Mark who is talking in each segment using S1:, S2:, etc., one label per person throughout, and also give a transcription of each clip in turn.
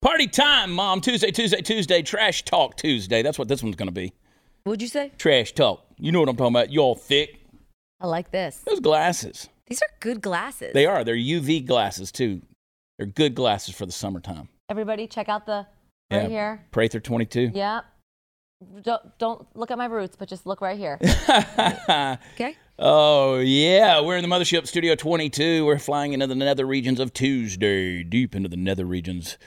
S1: Party time, Mom. Tuesday, Tuesday, Tuesday. Trash talk Tuesday. That's what this one's going to be.
S2: What'd you say?
S1: Trash talk. You know what I'm talking about. You all thick.
S2: I like this.
S1: Those glasses.
S2: These are good glasses.
S1: They are. They're UV glasses, too. They're good glasses for the summertime.
S2: Everybody, check out the
S1: Yeah.
S2: right here.
S1: Prather 22.
S2: Yeah. Don't, don't look at my roots, but just look right here. okay.
S1: Oh, yeah. We're in the mothership, Studio 22. We're flying into the nether regions of Tuesday, deep into the nether regions.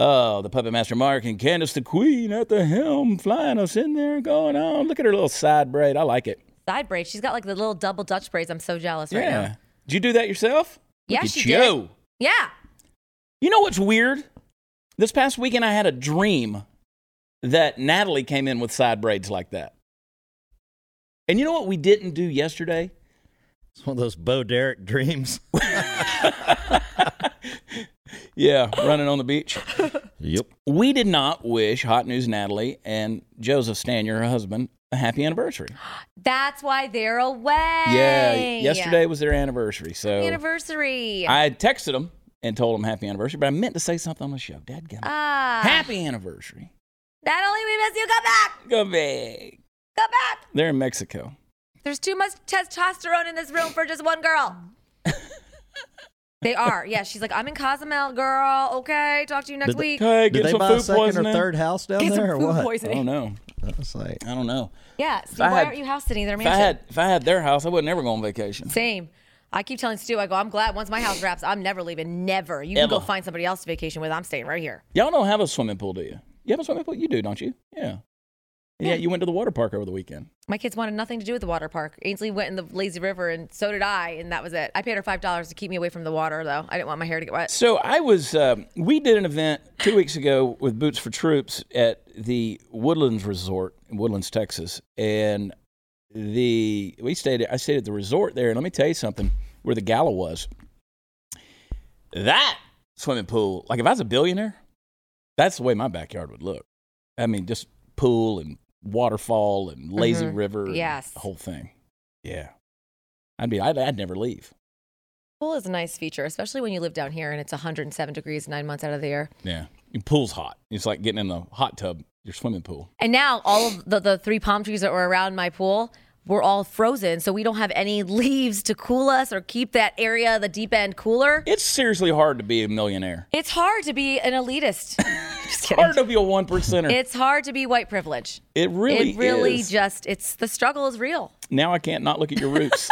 S1: Oh, the puppet master Mark and Candace the Queen at the helm, flying us in there, going on. Look at her little side braid. I like it.
S2: Side braids. She's got like the little double Dutch braids. I'm so jealous right now.
S1: Did you do that yourself?
S2: Yeah,
S1: Look at
S2: she
S1: you.
S2: did. Yeah.
S1: You know what's weird? This past weekend, I had a dream that Natalie came in with side braids like that. And you know what we didn't do yesterday?
S3: It's one of those Bo Derek dreams.
S1: Yeah, running on the beach.
S3: yep.
S1: We did not wish Hot News Natalie and Joseph Stanier, her husband, a happy anniversary.
S2: That's why they're away.
S1: Yeah, yesterday was their anniversary. So
S2: Anniversary.
S1: I had texted them and told them happy anniversary, but I meant to say something on the show. Dad,
S2: Ah.
S1: happy anniversary.
S2: Natalie, we miss you. Come back.
S1: Go back.
S2: Come back.
S1: They're in Mexico.
S2: There's too much testosterone in this room for just one girl. they are. Yeah. She's like, I'm in Cozumel, girl. Okay. Talk to you next
S3: Did they-
S2: week.
S1: Okay,
S3: Did
S1: get
S3: they
S1: some
S3: buy a
S1: food
S3: second or
S1: poisoning.
S3: third house down
S2: Get some
S3: there or
S2: food
S3: what?
S1: I don't
S2: poisoning.
S1: know.
S3: I was like,
S1: I don't know.
S2: Yeah. Steve,
S1: I
S2: why
S1: had-
S2: aren't you house sitting in their
S1: If I
S2: mansion?
S1: had if I had their house, I would never go on vacation.
S2: Same. I keep telling Stu, I go, I'm glad once my house wraps, I'm never leaving. Never. You can go
S1: Ever.
S2: find somebody else to vacation with. I'm staying right here.
S1: Y'all don't have a swimming pool, do you? You have a swimming pool? You do, don't you? Yeah. Yeah, you went to the water park over the weekend.
S2: My kids wanted nothing to do with the water park. Ainsley went in the lazy river, and so did I, and that was it. I paid her five dollars to keep me away from the water, though. I didn't want my hair to get wet.
S1: So I was, um, we did an event two weeks ago with Boots for Troops at the Woodlands Resort in Woodlands, Texas, and the we stayed. I stayed at the resort there, and let me tell you something: where the gala was, that swimming pool. Like if I was a billionaire, that's the way my backyard would look. I mean, just pool and waterfall and lazy river, and
S2: Yes.
S1: the whole thing. Yeah, I'd be. I'd, I'd never leave.
S2: Pool is a nice feature, especially when you live down here and it's 107 degrees nine months out of the year.
S1: Yeah. Your pool's hot. It's like getting in the hot tub, your swimming pool.
S2: And now all of the, the three palm trees that were around my pool were all frozen, so we don't have any leaves to cool us or keep that area, the deep end, cooler.
S1: It's seriously hard to be a millionaire.
S2: It's hard to be an elitist. Just kidding.
S1: Hard to be a one percenter.
S2: It's hard to be white privilege.
S1: it really,
S2: it really
S1: is.
S2: just it's the struggle is real.
S1: now I can't not look at your roots.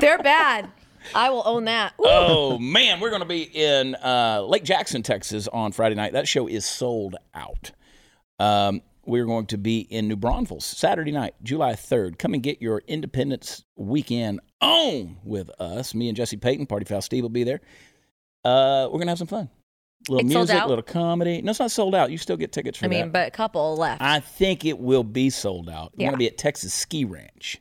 S2: They're bad. I will own that. Ooh.
S1: oh man, we're gonna be in uh, Lake Jackson, Texas on Friday night. That show is sold out. Um, we're going to be in New Braunfels Saturday night, July 3rd. Come and get your Independence Weekend on with us. Me and Jesse Payton, Party Foul Steve will be there. Uh, we're gonna have some fun. little
S2: It's sold
S1: music,
S2: out?
S1: little comedy. No, it's not sold out. You still get tickets for
S2: I mean,
S1: that.
S2: but a couple left.
S1: I think it will be sold out. We're
S2: Yeah.
S1: gonna be at Texas Ski Ranch.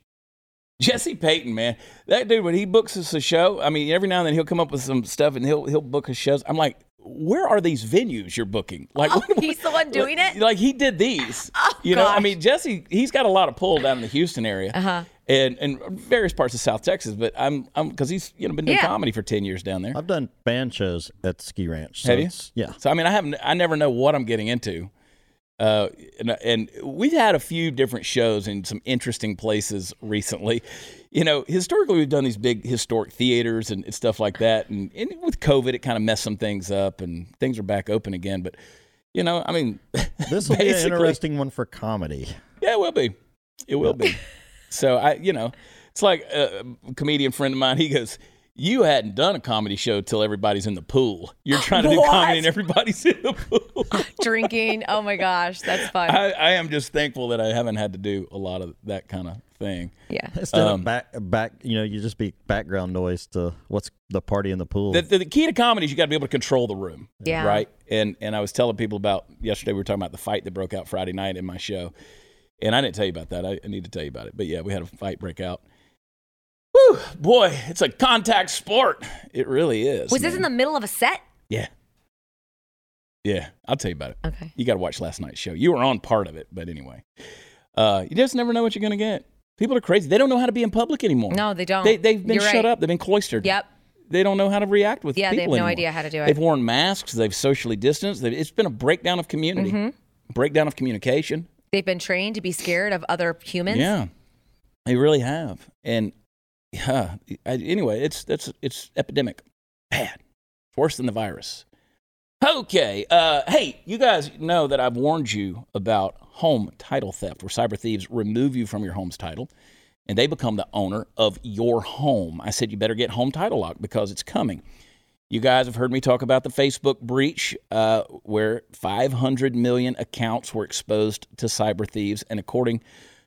S1: Jesse Payton, man, that dude when he books us a show, I mean, every now and then he'll come up with some stuff and he'll he'll book us shows. I'm like, where are these venues you're booking? Like, what-
S2: Oh, he's the one doing
S1: like-
S2: it? Oh,
S1: Like he did these. you know, I
S2: gosh.
S1: mean, Jesse, he's got a lot of pull down in the Houston area.
S2: Uh-huh.
S1: And, and various parts of South Texas, but I'm I'm because he's you know been doing
S2: Yeah.
S1: comedy for ten years down there.
S3: I've done band shows at the ski ranch. so
S1: Have you?
S3: it's- Yeah.
S1: So I mean, I haven't. I never know what I'm getting into. Uh, and, and we've had a few different shows in some interesting places recently. You know, historically we've done these big historic theaters and stuff like that. And, and with COVID, it kind of messed some things up, and things are back open again. But you know, I mean,
S3: This will be an
S1: Basically.
S3: interesting one for comedy.
S1: yeah, it will be. It will be. So I, you know, it's like uh, a comedian friend of mine. He goes. You hadn't done a comedy show till everybody's in the pool. You're trying to do comedy and everybody's in the pool.
S2: Drinking. Oh my gosh, that's fun.
S1: I, I am just thankful that I haven't had to do a lot of that kind of thing.
S2: yeah.
S3: Instead
S1: Um,
S3: of back, back, you know, you just be background noise to what's the party in the pool.
S1: The, the, the key to comedy is you got to be able to control the room,
S2: Yeah.
S1: right? And and I was telling people about yesterday. We were talking about the fight that broke out Friday night in my show, and I didn't tell you about that. I, I need to tell you about it. But yeah, we had a fight break out. Whew, boy, it's a contact sport. It really is.
S2: Was this in
S1: man.
S2: the middle of a set?
S1: yeah, yeah? I'll tell you about it.
S2: Okay.
S1: You got to watch last night's show. You were on part of it, but anyway, uh, you just never know what you're gonna get. People are crazy. They don't know how to be in public anymore.
S2: No, they don't.
S1: They, they've been
S2: You're
S1: shut
S2: right.
S1: up. They've been cloistered.
S2: Yep.
S1: they don't know how to react with
S2: Yeah, they
S1: people
S2: have no
S1: anymore.
S2: idea how to do it.
S1: They've worn masks. They've socially distanced. They've, it's been a breakdown of community,
S2: Mm-hmm.
S1: breakdown of communication.
S2: They've been trained to be scared of other humans.
S1: Yeah, they really have. And yeah, I, anyway, it's that's it's epidemic, bad, it's worse than the virus. Okay, uh, hey, you guys know that I've warned you about home title theft, where cyber thieves remove you from your home's title, and they become the owner of your home. I said you better get home title lock because it's coming. You guys have heard me talk about the Facebook breach, uh, where 500 million accounts were exposed to cyber thieves. And according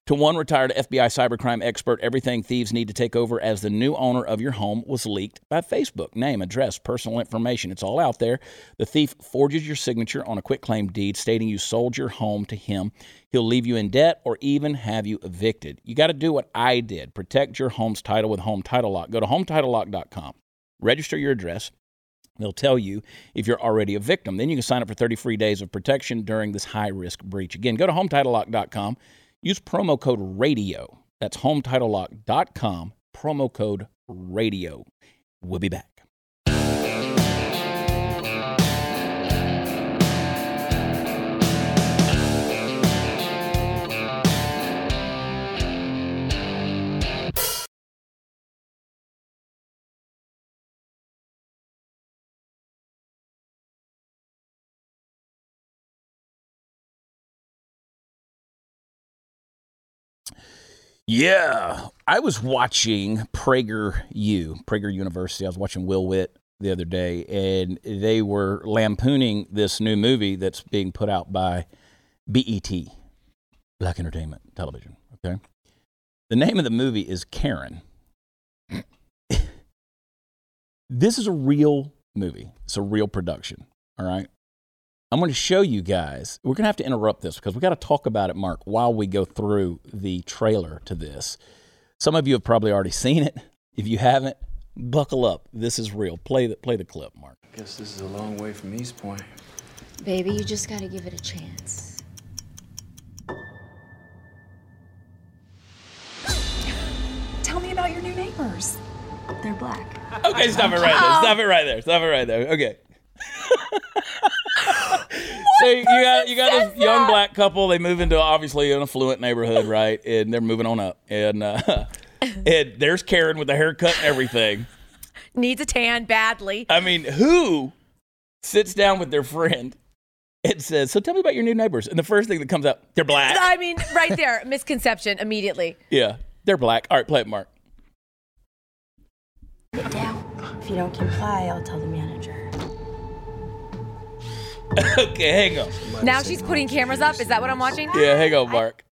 S1: to one retired FBI cybercrime expert, everything thieves need to take over as the new owner of your home was leaked by Facebook name, address, personal information. It's all out there. The thief forges your signature on a quitclaim deed stating you sold your home to him. He'll leave you in debt or even have you evicted. You got to do what I did protect your home's title with Home Title Lock. Go to hometitlelock.com, register your address. They'll tell you if you're already a victim. Then you can sign up for 30 free days of protection during this high risk breach. Again, go to hometitlelock.com, use promo code radio. That's hometitlelock.com, promo code radio. We'll be back. Yeah, I was watching Prager U, Prager University. I was watching Will Witt the other day, and they were lampooning this new movie that's being put out by BET, Black Entertainment Television. Okay, the name of the movie is Karen. this is a real movie. It's a real production. All right. I'm going to show you guys. We're going to have to interrupt this because we got to talk about it, Mark, while we go through the trailer to this. Some of you have probably already seen it. If you haven't, buckle up. This is real. Play the play the clip, Mark.
S4: Guess this is a long way from East Point.
S5: Baby, you just gotta give it a chance.
S6: Tell me about your new neighbors.
S5: They're black.
S1: Okay, stop it right there. Stop it right there. Stop it right there. Okay. so you got you got this young black couple. They move into obviously an affluent neighborhood, right? And they're moving on up. And uh, and there's Karen with the haircut and everything.
S2: Needs a tan badly.
S1: I mean, who sits down with their friend and says, "So tell me about your new neighbors," and the first thing that comes up, they're black.
S2: I mean, right there, misconception immediately.
S1: Yeah, they're black. All right, play it, Mark.
S5: Get down. If you don't comply, I'll tell the manager.
S1: okay, hang on.
S2: Now she's putting cameras up. Is that what I'm watching?
S1: Yeah, hang on, Mark.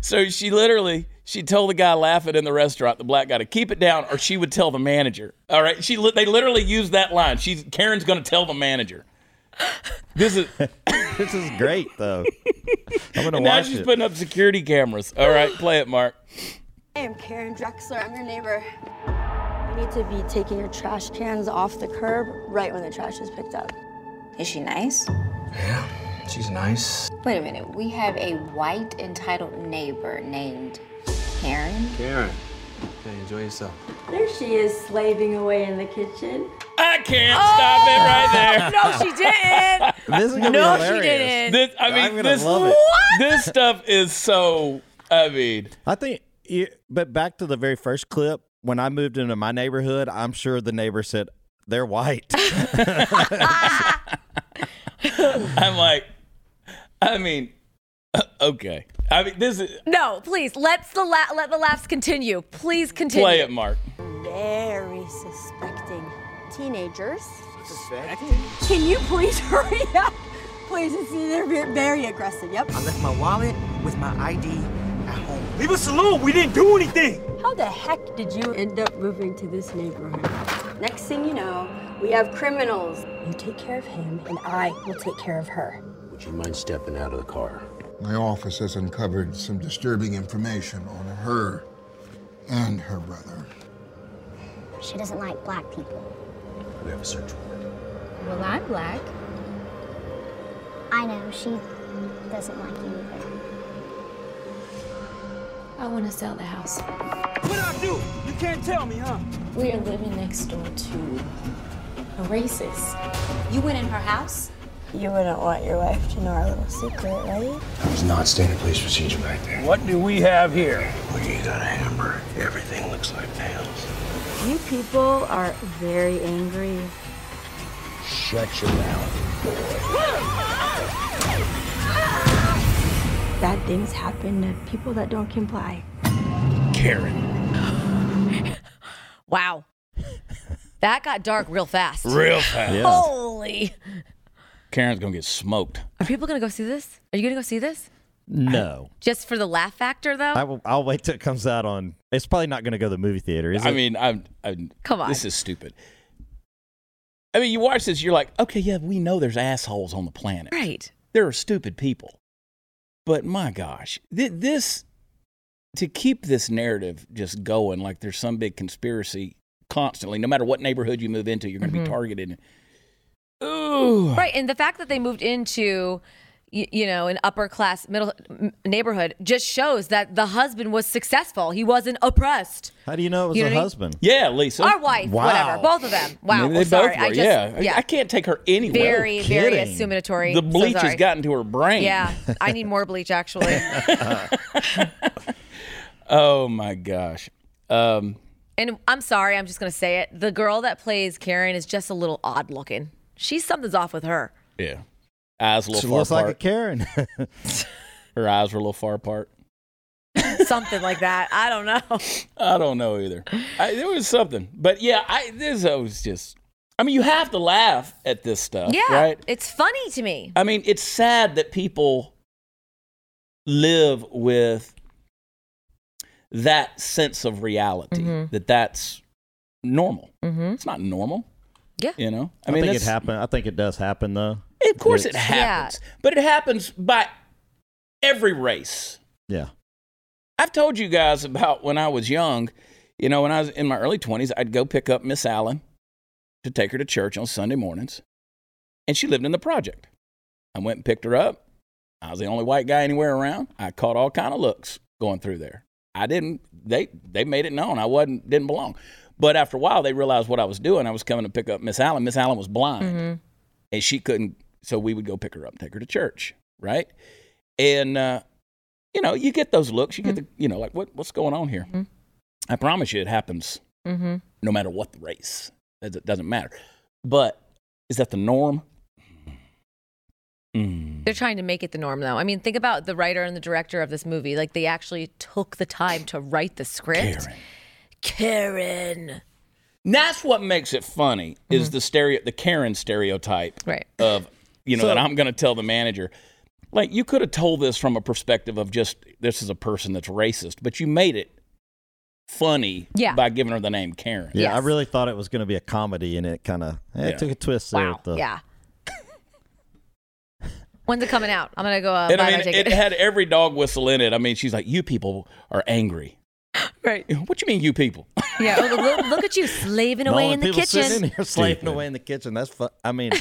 S1: So she literally she told the guy laughing in the restaurant, the black guy, to keep it down, or she would tell the manager. All right, she li- they literally used that line. She's Karen's going to tell the manager. This is
S3: This is great though. I'm gonna
S1: now
S3: watch
S1: she's
S3: it.
S1: putting up security cameras. All right, play it, Mark.
S5: I am Karen Drexler. I'm your neighbor. You need to be taking your trash cans off the curb right when the trash is picked up.
S7: Is she nice?
S4: She's nice.
S7: Wait a minute. We have a white entitled neighbor named Karen.
S4: Karen. Hey, enjoy yourself.
S5: There she is slaving away in the kitchen.
S1: I can't stop it right there.
S2: No, she didn't.
S3: This is gonna
S2: No,
S3: be
S2: she didn't.
S3: hilarious.
S1: This, I
S3: I'm
S1: mean,
S3: gonna
S1: this,
S3: love it.
S1: this stuff is so. I mean,
S3: I think, it, but back to the very first clip. When I moved into my neighborhood, I'm sure the neighbor said they're white.
S1: I'm like, I mean, uh, okay. I mean, this is
S2: No, please let's the la- let the laughs continue. Please continue.
S1: play it, Mark.
S5: Very suspecting teenagers. Can you please hurry up? Please, it's, they're ve- very aggressive. Yep.
S8: I left my wallet with my ID at home. Leave us alone. We didn't do anything.
S5: How the heck did you end up moving to this neighborhood? Next thing you know, we have criminals. You take care of him, and I will take care of her.
S4: Would you mind stepping out of the car?
S9: My office has uncovered some disturbing information on her and her brother.
S10: She doesn't like black people.
S4: We have a search warrant.
S7: Well, I'm black.
S10: I know she doesn't like you either.
S5: I want to sell the house.
S8: What I do? You can't tell me, huh?
S11: We are living next door to a racist.
S5: You went in her house? You wouldn't want your wife to know our little secret, right?
S4: That was not standard police procedure back there.
S12: What do we have here?
S4: When you got a hammer, everything looks like nails.
S5: You people are very angry.
S4: Shut your mouth, boy.
S5: Bad things happen to people that don't comply.
S1: Karen.
S2: Wow. that got dark real fast.
S1: Real fast. Yeah.
S2: Oh, Holy.
S1: Karen's gonna get smoked.
S2: Are people going to go see this? Are you going to go see this?
S3: No.
S2: Just for the laugh factor, though?
S3: I will, I'll wait till it comes out on. It's probably not going to go to the movie theater, is it?
S1: I mean, I'm, I'm.
S2: Come on.
S1: This is stupid. I mean, you watch this, you're like, okay, yeah, we know there's assholes on the planet.
S2: Right.
S1: There are stupid people. But my gosh, th- this to keep this narrative just going, like there's some big conspiracy constantly. No matter what neighborhood you move into, you're going to
S2: Mhm.
S1: be targeted. Ooh.
S2: Right, and the fact that they moved into you, you know an upper class middle m- neighborhood just shows that the husband was successful. He wasn't oppressed.
S3: How do you know it was
S2: You know
S3: a
S2: what I mean?
S3: husband?
S1: Yeah, Lisa.
S2: Our wife, whatever, both of them. Wow,
S1: Maybe they
S2: sorry,
S1: both were.
S2: I just
S1: yeah. I- I can't take her anywhere.
S2: Very, very assuminatory.
S1: The
S2: So
S1: bleach
S2: sorry.
S1: has gotten to her brain.
S2: Yeah, I need more bleach actually.
S1: oh my gosh. Um,
S2: and I'm sorry, I'm just gonna say it. The girl that plays Karen is just a little odd looking. She's something's off with her.
S1: yeah. Eyes a little
S3: She
S1: far
S3: looks
S1: apart.
S3: like a Karen.
S1: her eyes were a little far apart.
S2: Something like that. I don't know.
S1: I don't know either. I, there was something, but yeah, I this was just. I mean, you have to laugh at this stuff,
S2: yeah,
S1: right?
S2: it's funny to me.
S1: I mean, it's sad that people live with that sense of reality
S2: Mhm.
S1: that that's normal.
S2: Mm-hmm.
S1: It's not normal.
S2: Yeah.
S1: You know,
S3: I, mean, think it
S1: it's-
S3: happen. I think it does happen though.
S1: Of course it
S3: It's-
S1: happens, but it happens by every race.
S3: Yeah.
S1: I've told you guys about when I was young, you know, when I was in my early 20s, I'd go pick up Miss Allen to take her to church on Sunday mornings. And she lived in the project. I went and picked her up. I was the only white guy anywhere around. I caught all kind of looks going through there. I didn't they they made it known I wasn't didn't belong. But after a while they realized what I was doing. I was coming to pick up Miss Allen. Miss Allen was blind and she couldn't so we would go pick her up take her to church right and uh, you know you get those looks you get the you know like what, what's going on here i promise you it happens
S2: Mm-hmm.
S1: no matter what the race it doesn't- doesn't matter but is that the norm Mm.
S2: They're trying to make it the norm, though. I mean, think about the writer and the director of this movie. Like, they actually took the time to write the script. Karen.
S1: that's what makes it funny is the stereo the karen stereotype
S2: Right.
S1: of you know
S3: So-
S1: that i'm going to tell the manager like you could have told this from a perspective of just this is a person that's racist but you made it funny
S2: Yeah.
S1: by giving her the name karen
S3: Yeah, I really thought it was going to be a comedy, and it kind of
S1: Yeah.
S3: it took a twist there. At the,
S2: Yeah. When's it coming out? I'm going to go uh,
S1: and
S2: buy
S1: I
S2: my
S1: mean,
S2: ticket.
S1: it had every dog whistle in it. I mean, she's like, "You people are angry."
S2: right.
S1: What you mean, you people?
S2: Yeah. Look, look- look at you slaving
S3: No,
S2: away in
S3: and
S2: the
S3: people sitting
S2: kitchen.
S3: in here slaving away in the kitchen. That's fu- I mean,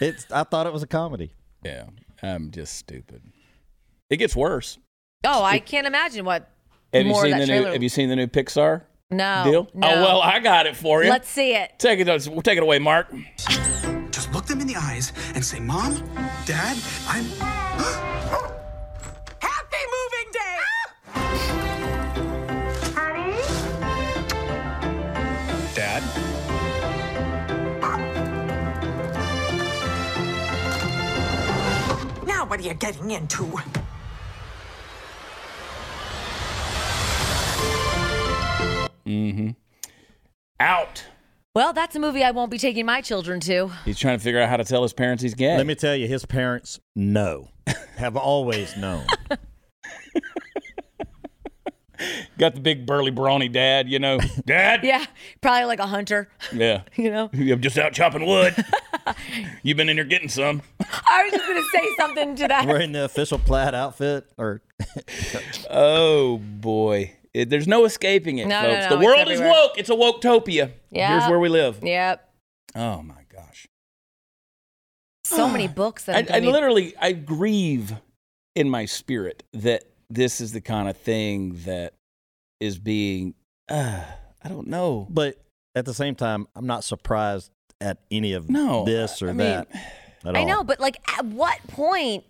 S3: it's. I thought it was a comedy.
S1: Yeah, I'm just stupid. It gets worse.
S2: Oh, I can't imagine what
S1: Have
S2: more
S1: you
S2: of
S1: seen
S2: that
S1: the new?
S2: trailer.
S1: Have you seen the new Pixar
S2: no.
S1: deal?
S2: No.
S1: Oh well, I got it for you.
S2: Let's see it.
S1: take it. We'll take it away, Mark.
S8: Just look them in the eyes and say, Mom, Dad, I'm. Happy moving day!
S4: Dad?
S8: Now, what are you getting into?
S1: Mm-hmm. Out.
S2: Well, that's a movie I won't be taking my children to.
S1: He's trying to figure out how to tell his parents he's gay.
S3: Let me tell you, his parents know, have always known.
S1: got the big burly brawny dad. You know, dad.
S2: Yeah. Probably like a hunter,
S1: yeah.
S2: you know?
S1: I'm just out chopping wood. You've been in here getting some.
S2: I was just going to say something to that.
S3: Wearing the official plaid outfit, or
S1: Oh boy, It- there's no escaping it,
S2: No, no,
S1: folks.
S2: no,
S1: the
S2: it's
S1: world is
S2: everywhere.
S1: woke. It's a woketopia.
S2: Yeah.
S1: Here's where we live.
S2: Yep.
S1: Oh my gosh.
S2: So many books that I'm
S1: I, I
S2: gonna be-
S1: literally I grieve in my spirit that this is the kind of thing that is being. Uh, I don't know.
S3: but at the same time, I'm not surprised at any of
S1: No,
S3: this or
S1: I mean-
S3: that. at
S2: I
S3: all.
S2: know, but like, at what point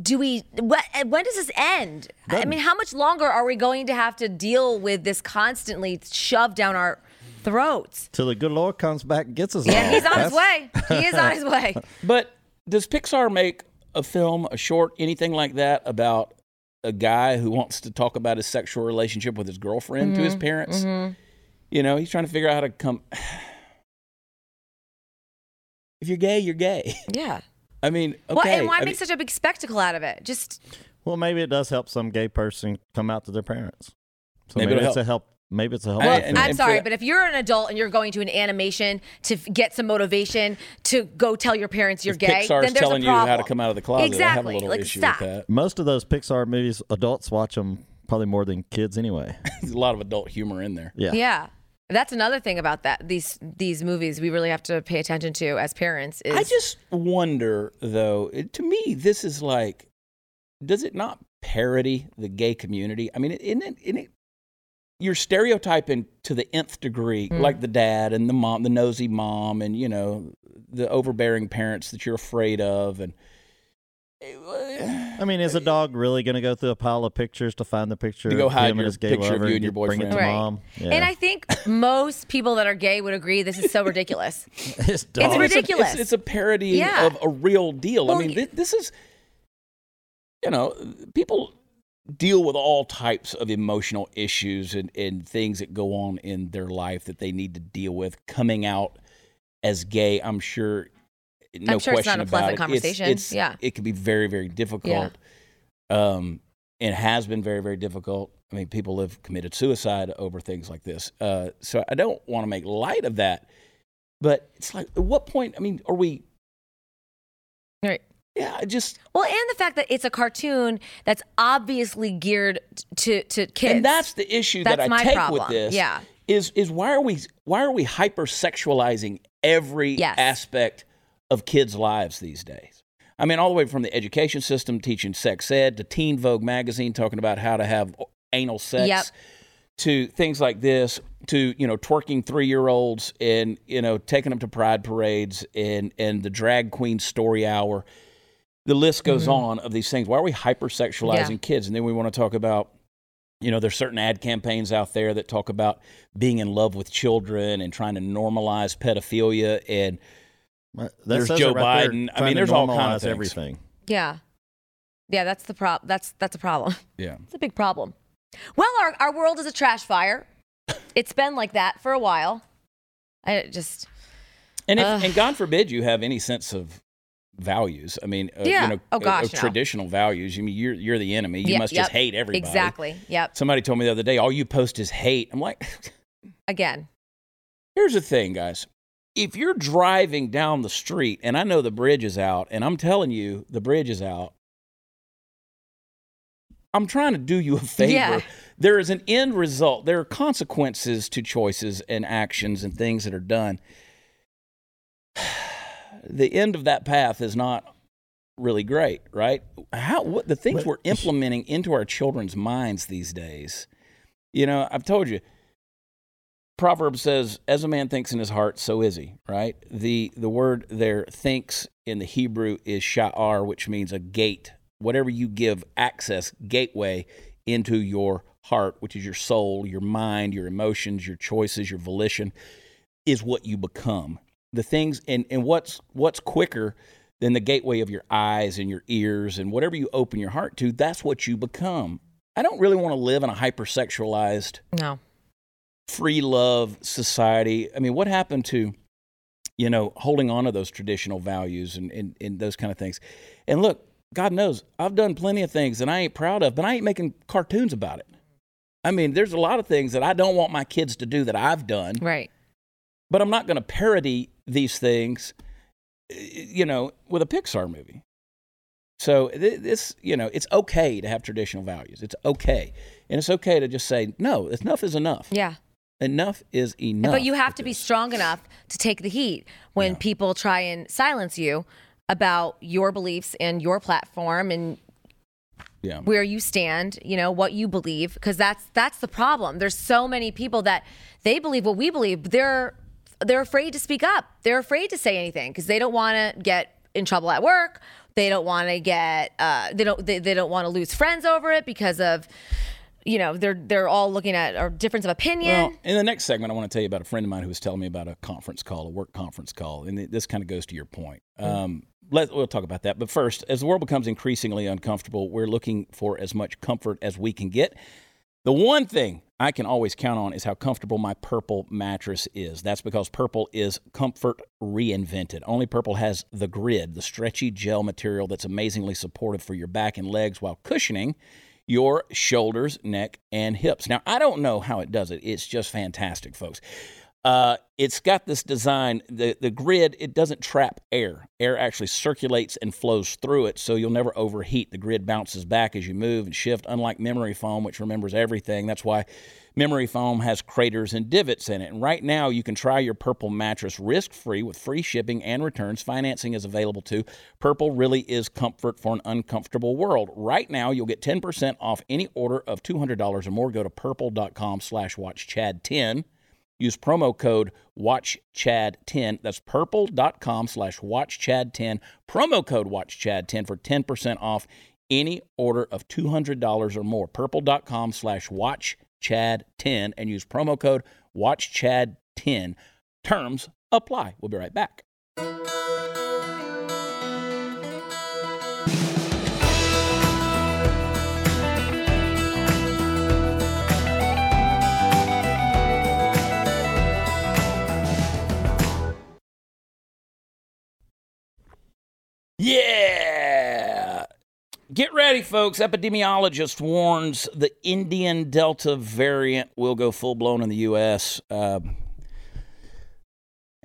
S2: do we? What, uh, when does this end? I
S3: Doesn't.
S2: mean, how much longer are we going to have to deal with this constantly shoved down our throats?
S3: Till the good Lord comes back and gets us.
S2: Yeah,
S3: all.
S2: he's on his
S3: That's-
S2: way. He is on his way.
S1: But does Pixar make a film, a short, anything like that about a guy who wants to talk about his sexual relationship with his girlfriend to his
S2: Mhm,
S1: parents?
S2: mhm.
S1: You know, he's trying to figure out how to come. if you're gay, you're gay.
S2: Yeah.
S1: I mean, okay.
S2: What, and why
S1: I
S2: make
S1: mean,
S2: such a big spectacle out of it? Just
S3: Well, maybe it does help some gay person come out to their parents. So
S1: Maybe
S3: maybe,
S1: it'll
S3: it's a help. Maybe it's a help.
S1: Well,
S3: to
S1: and-
S3: them.
S2: I'm sorry, but if you're an adult and you're going to an animation to f- get some motivation to go tell your parents you're
S1: if
S2: gay,
S1: Pixar's
S2: then there's
S1: telling
S2: a
S1: you
S2: problem.
S1: how to come out of the closet.
S2: Exactly.
S1: I have a little
S2: like,
S1: issue
S2: stop.
S1: with that.
S3: most of those Pixar movies, adults watch them probably more than kids anyway.
S1: There's a lot of adult humor in there.
S3: Yeah.
S2: Yeah. That's another thing about that. These these movies we really have to pay attention to as parents is
S1: I just wonder, though. it- To me, this is like, does it not parody the gay community? I mean, isn't it? Isn't it you're stereotyping to the nth degree,
S2: Mm.
S1: like the dad and the mom, the nosy mom, and you know, the overbearing parents that you're afraid of, and eh,
S3: I mean, is a dog really going to go through a pile of pictures to find the picture
S1: To go
S3: of
S1: hide
S3: him
S1: your
S3: and his gay
S1: picture of
S3: lover
S1: you and your
S3: bring it to
S1: boyfriend.
S2: Right.
S3: mom? Yeah.
S2: And I think most people that are gay would agree this is so ridiculous.
S3: it's
S2: it's
S3: dog.
S2: ridiculous.
S1: It's, it's a parody
S2: Yeah.
S1: of a real deal.
S2: Well,
S1: I mean, thi- this is, you know, people deal with all types of emotional issues and, and things that go on in their life that they need to deal with. Coming out as gay, I'm sure, no
S2: I'm sure it's
S1: question
S2: not a
S1: about
S2: pleasant
S1: it. It's-
S2: conversation.
S1: it's-
S2: Yeah.
S1: it can be very, very difficult. Um, and has been very, very difficult. I mean, people have committed suicide over things like this. Uh, so I don't want to make light of that. But it's like, at what point? I mean, are we?
S2: Right.
S1: Yeah, I just
S2: Well, and the fact that it's a cartoon that's obviously geared t- to to kids.
S1: and that's the issue
S2: That's
S1: that I
S2: my
S1: take
S2: problem.
S1: with this.
S2: Yeah.
S1: is is why are we why are we hypersexualizing every
S2: Yes.
S1: aspect of kids' lives these days? I mean, all the way from the education system teaching sex ed to Teen Vogue magazine talking about how to have anal sex.
S2: Yep.
S1: to things like this to you know twerking three year olds and you know taking them to pride parades and and the drag queen story hour the list goes on of these things why are we hypersexualizing
S2: Mm-hmm. Yeah.
S1: kids and then we want to talk about you know there's certain ad campaigns out there that talk about being in love with children and trying to normalize pedophilia and
S3: That
S1: There's
S3: says it
S1: Joe
S3: right there,
S1: Biden. I
S3: trying
S1: mean,
S3: to
S1: there's all kind of
S3: normalize
S1: things.
S3: everything.
S2: yeah. Yeah, that's the prop. That's that's a problem.
S1: yeah
S2: It's a big problem. Well, our our world is a trash fire. It's been like that for a while. I just
S1: And if,
S2: Ugh.
S1: and God forbid you have any sense of values. I mean, uh,
S2: Yeah.
S1: you know,
S2: Oh,
S1: of-
S2: gosh,
S1: of
S2: no.
S1: traditional values. You mean, you're you're the enemy. You
S2: Yeah,
S1: must
S2: yep.
S1: just hate everybody.
S2: Exactly. Yep.
S1: Somebody told me the other day, all you post is hate. I'm like,
S2: Again.
S1: here's the thing, guys. If you're driving down the street and I know the bridge is out, and I'm telling you the bridge is out, I'm trying to do you a favor.
S2: Yeah.
S1: There is an end result. There are consequences to choices and actions and things that are done. The end of that path is not really great, right? How what the things we're implementing into our children's minds these days. You know, I've told you proverb says as a man thinks in his heart so is he right the the word there thinks in the hebrew is sha'ar which means a gate whatever you give access gateway into your heart which is your soul your mind your emotions your choices your volition is what you become the things and and what's what's quicker than the gateway of your eyes and your ears and whatever you open your heart to that's what you become i don't really want to live in a hypersexualized
S2: No.
S1: free love society. I mean, what happened to, you know, holding on to those traditional values and, and, and those kind of things? And look, God knows I've done plenty of things that I ain't proud of, but I ain't making cartoons about it. I mean, there's a lot of things that I don't want my kids to do that I've done,
S2: Right.
S1: but I'm not going to parody these things, eh, you know, with a Pixar movie. So th- this, you know, it's okay to have traditional values. It's okay, and it's okay to just say no. Enough is enough
S2: Yeah.
S1: enough is enough.
S2: But you have
S1: with
S2: to be
S1: this.
S2: strong enough to take the heat when people try and silence you about your beliefs and your platform and
S1: Yeah.
S2: where you stand, you know, what you believe because that's that's the problem. There's so many people that they believe what we believe, but they're they're afraid to speak up. They're afraid to say anything because they don't want to get in trouble at work. They don't want to get uh, they don't they, they don't want to lose friends over it because of you know they're they're all looking at a difference of opinion.
S1: Well, in the next segment, I want to tell you about a friend of mine who was telling me about a conference call, a work conference call, and th- this kind of goes to your point.
S2: Mm.
S1: Um, let, we'll talk about that. But first, as the world becomes increasingly uncomfortable, we're looking for as much comfort as we can get. The one thing I can always count on is how comfortable my purple mattress is. That's because purple is comfort reinvented. Only purple has the grid, the stretchy gel material that's amazingly supportive for your back and legs while cushioning your shoulders, neck, and hips. Now, I don't know how it does it. It's just fantastic, folks. Uh, it's got this design, the, the grid, it doesn't trap air. Air actually circulates and flows through it, so you'll never overheat. The grid bounces back as you move and shift, unlike memory foam, which remembers everything. That's why memory foam has craters and divots in it. And right now, you can try your Purple mattress risk free with free shipping and returns. Financing is available too. Purple really is comfort for an uncomfortable world. Right now, you'll get 10% off any order of $200 or more. Go to purple.com slash watchchad10. Use promo code WatchChad10. That's purple.com slash WatchChad10. Promo code WatchChad10 for 10% off any order of $200 or more. Purple.com slash WatchChad10 and use promo code WatchChad10. Terms apply. We'll be right back. Yeah. Get ready, folks. Epidemiologist warns the Indian Delta variant will go full blown in the U.S. Uh,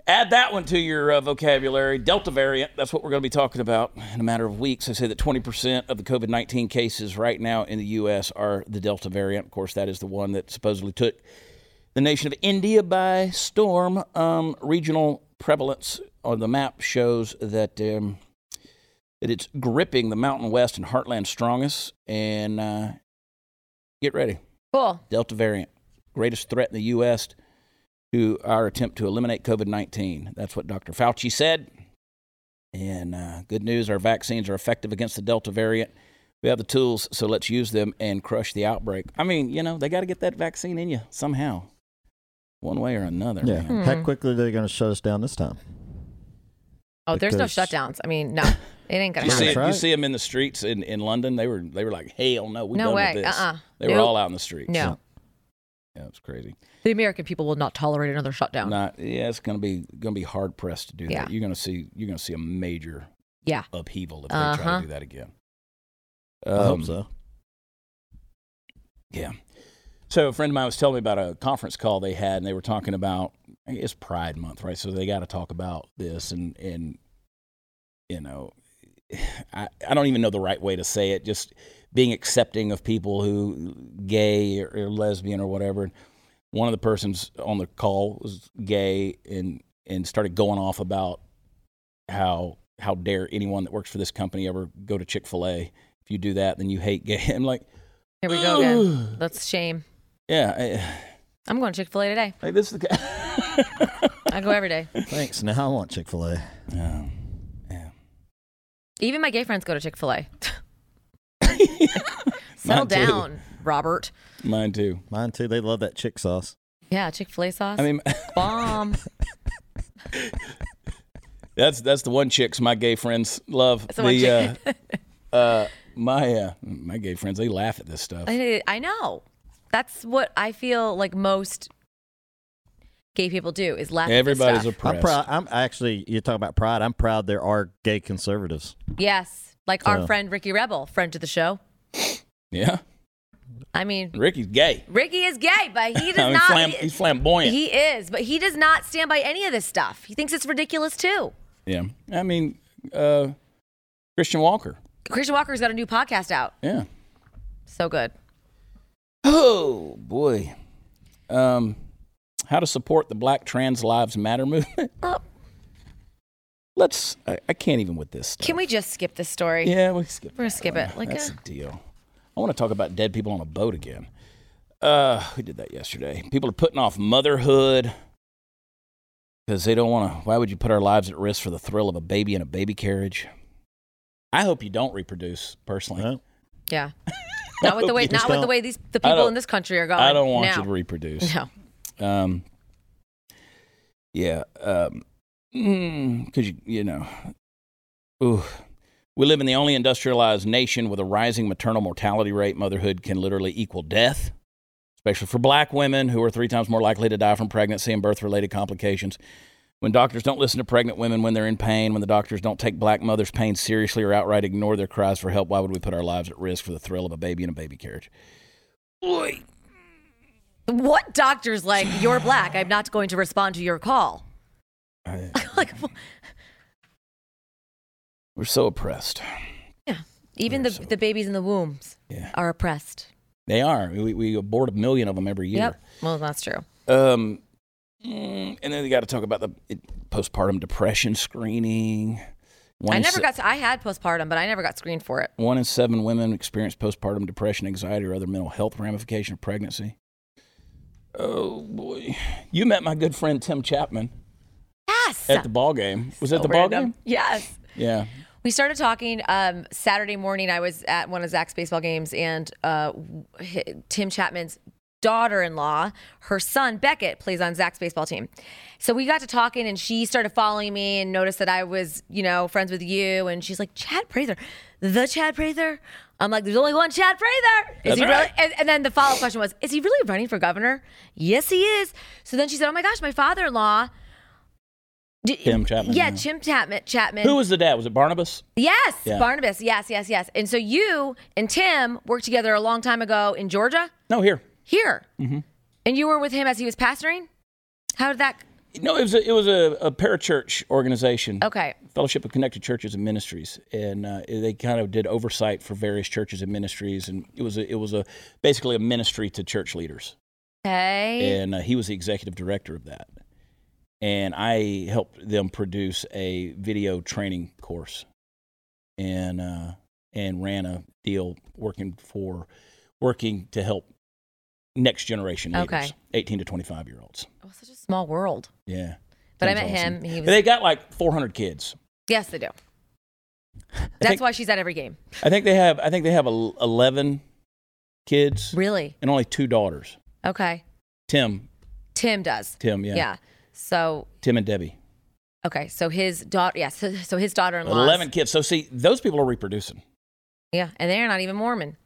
S1: add that one to your uh, vocabulary. Delta variant, that's what we're going to be talking about in a matter of weeks. I say that 20% of the COVID 19 cases right now in the U.S. are the Delta variant. Of course, that is the one that supposedly took the nation of India by storm. Um, regional prevalence on the map shows that. Um, that it's gripping the Mountain West and Heartland strongest. And uh, get ready.
S2: Cool.
S1: Delta variant, greatest threat in the U.S. to our attempt to eliminate COVID 19. That's what Dr. Fauci said. And uh, good news our vaccines are effective against the Delta variant. We have the tools, so let's use them and crush the outbreak. I mean, you know, they got to get that vaccine in you somehow, one way or another.
S3: Yeah.
S1: man.
S2: Hmm.
S3: How quickly are they going to shut us down this time?
S2: Oh, there's no
S3: Because-
S2: shutdowns. I mean, no, it ain't gonna
S1: You
S2: happen.
S1: see,
S3: right.
S1: you see them in the streets in, in London. They were they were like, hell no, we
S2: No
S1: done
S2: way.
S1: with this.
S2: Uh-uh.
S1: They were
S2: Nope.
S1: all out in the streets.
S2: No.
S1: Yeah, it's crazy.
S2: The American people will not tolerate another shutdown.
S1: Not yeah, it's gonna be gonna be hard pressed to do
S2: Yeah.
S1: that. You're gonna see you're gonna see a major
S2: Yeah.
S1: upheaval if they try
S2: Uh-huh.
S1: to do that again.
S3: I
S1: Um,
S3: hope so.
S1: Yeah. So a friend of mine was telling me about a conference call they had, and they were talking about it's Pride Month, right? So they got to talk about this, and and you know, I I don't even know the right way to say it. Just being accepting of people who gay or, or lesbian or whatever. And one of the persons on the call was gay, and and started going off about how how dare anyone that works for this company ever go to Chick Fil A. If you do that, then you hate gay. I'm like,
S2: Here we go again. That's a shame.
S1: yeah. I,
S2: I'm going to Chick Fil A today.
S1: Like this is the guy.
S2: I go every day.
S3: Thanks. Now I want Chick fil A.
S1: Yeah.
S2: Even my gay friends go to Chick Fil A. Settle
S1: Mine too.
S2: down, Robert.
S1: Mine too.
S3: Mine too. They love that chick sauce.
S2: Yeah, Chick Fil A sauce.
S1: I mean,
S2: bomb.
S1: that's that's the one chicks my gay friends love.
S2: the one
S1: the uh, uh, my uh, my gay friends they laugh at this stuff.
S2: I, I know. That's what I feel like most gay people do is laugh.
S1: Everybody's
S2: at this
S1: oppressed.
S2: stuff.
S3: I'm proud. I'm actually. You talk about pride. I'm proud there are gay conservatives.
S2: yes, like our
S3: So-
S2: friend Ricky Rebel, friend to the show.
S1: yeah,
S2: I mean,
S1: Ricky's gay.
S2: Ricky is gay, but he does
S1: I mean,
S2: not.
S1: flam- he's flamboyant.
S2: He is, but he does not stand by any of this stuff. He thinks it's ridiculous too.
S1: yeah, I mean uh, Christian Walker.
S2: Christian Walker's got a new podcast out.
S1: Yeah.
S2: So good.
S1: Oh boy. Um, how to support the Black Trans Lives Matter movement?
S2: Oh.
S1: Let's. I, I can't even with this. Stuff.
S2: Can we just skip this story?
S1: Yeah, we can skip. Oh,
S2: We're gonna skip it. Like,
S1: That's
S2: uh,
S1: a deal. I want to talk about dead people on a boat again. Uh, we did that yesterday. People are putting off motherhood because they don't want to. Why would you put our lives at risk for the thrill of a baby in a baby carriage? I hope you don't reproduce personally.
S2: Yeah. Not with the way
S1: You
S2: not
S1: just
S2: with the
S1: don't-
S2: way these the
S1: I
S2: people
S1: don't-
S2: in this country are going.
S1: I don't want
S2: now.
S1: you to reproduce.
S2: No.
S1: Um. Yeah. Um. Because you you know. Ooh. We live in the only industrialized nation with a rising maternal mortality rate. Motherhood can literally equal death, especially for black women who are three times more likely to die from pregnancy and birth related complications. When doctors don't listen to pregnant women when they're in pain, when the doctors don't take black mothers' pain seriously or outright ignore their cries for help, why would we put our lives at risk for the thrill of a baby in a baby carriage?
S2: What doctor's like, you're black, I'm not going to respond to your call. like
S1: We're so oppressed.
S2: even the, the babies in the wombs are oppressed.
S1: They are. We, we abort a million of them every year.
S2: Yep. Well, that's true.
S1: Um, mm, and then they got to talk about the it- postpartum depression screening. One
S2: I
S1: in
S2: never
S1: se-
S2: got to, I had postpartum, but I never got screened for it.
S1: One in seven women experience postpartum depression, anxiety, or other mental health ramification of pregnancy. Oh boy, you met my good friend Tim Chapman.
S2: Yes.
S1: At the ball game. Was that
S2: So
S1: the ball
S2: random.
S1: game?
S2: Yes.
S1: Yeah.
S2: We started talking um, Saturday morning. I was at one of Zach's baseball games, and uh, hi- Tim Chapman's daughter-in-law, her son Beckett, plays on Zach's baseball team. So we got to talking, and she started following me and noticed that I was, you know, friends with you. And she's like, "Chad Prather, the Chad Prather." I'm like, "There's only one Chad Prather." Is
S12: That's
S2: he
S12: right.
S2: really? And, and then the follow-up question was, "Is he really running for governor?" Yes, he is. So then she said, "Oh my gosh, my father-in-law." d-
S1: Tim Chapman,
S2: Yeah,
S1: yeah.
S2: Tim Chapman. Chapman.
S1: Who was the dad? Was it Barnabas?
S2: Yes,
S1: Yeah.
S2: Barnabas. Yes, yes, yes. And so you and Tim worked together a long time ago in Georgia.
S1: No, here.
S2: Here,
S1: Mm-hmm.
S2: and you were with him as he was pastoring. How did that?
S1: No, it was a, it was a, a parachurch organization.
S2: Okay.
S1: Fellowship of Connected Churches and Ministries, and uh, they kind of did oversight for various churches and ministries, and it was a, it was a basically a ministry to church leaders,
S2: Hey.
S1: and uh, he was the executive director of that, and I helped them produce a video training course, and uh, and ran a deal working for working to help next generation leaders,
S2: Okay.
S1: eighteen to twenty five year olds.
S2: Small world.
S1: Yeah.
S2: But I
S1: That was
S2: met him, he was-
S1: They got like 400 kids.
S2: Yes, they do. That's why she's at every game.
S1: I think they have. I think they have el- 11 kids.
S2: Really?
S1: And only two daughters.
S2: Okay.
S1: Tim.
S2: Tim does.
S1: Tim. Yeah.
S2: Yeah. So
S1: Tim and Debbie.
S2: okay. So his daughter. Yes. so, so his daughter-in-law.
S1: 11 kids. So see, those people are reproducing.
S2: Yeah, and they're not even Mormon.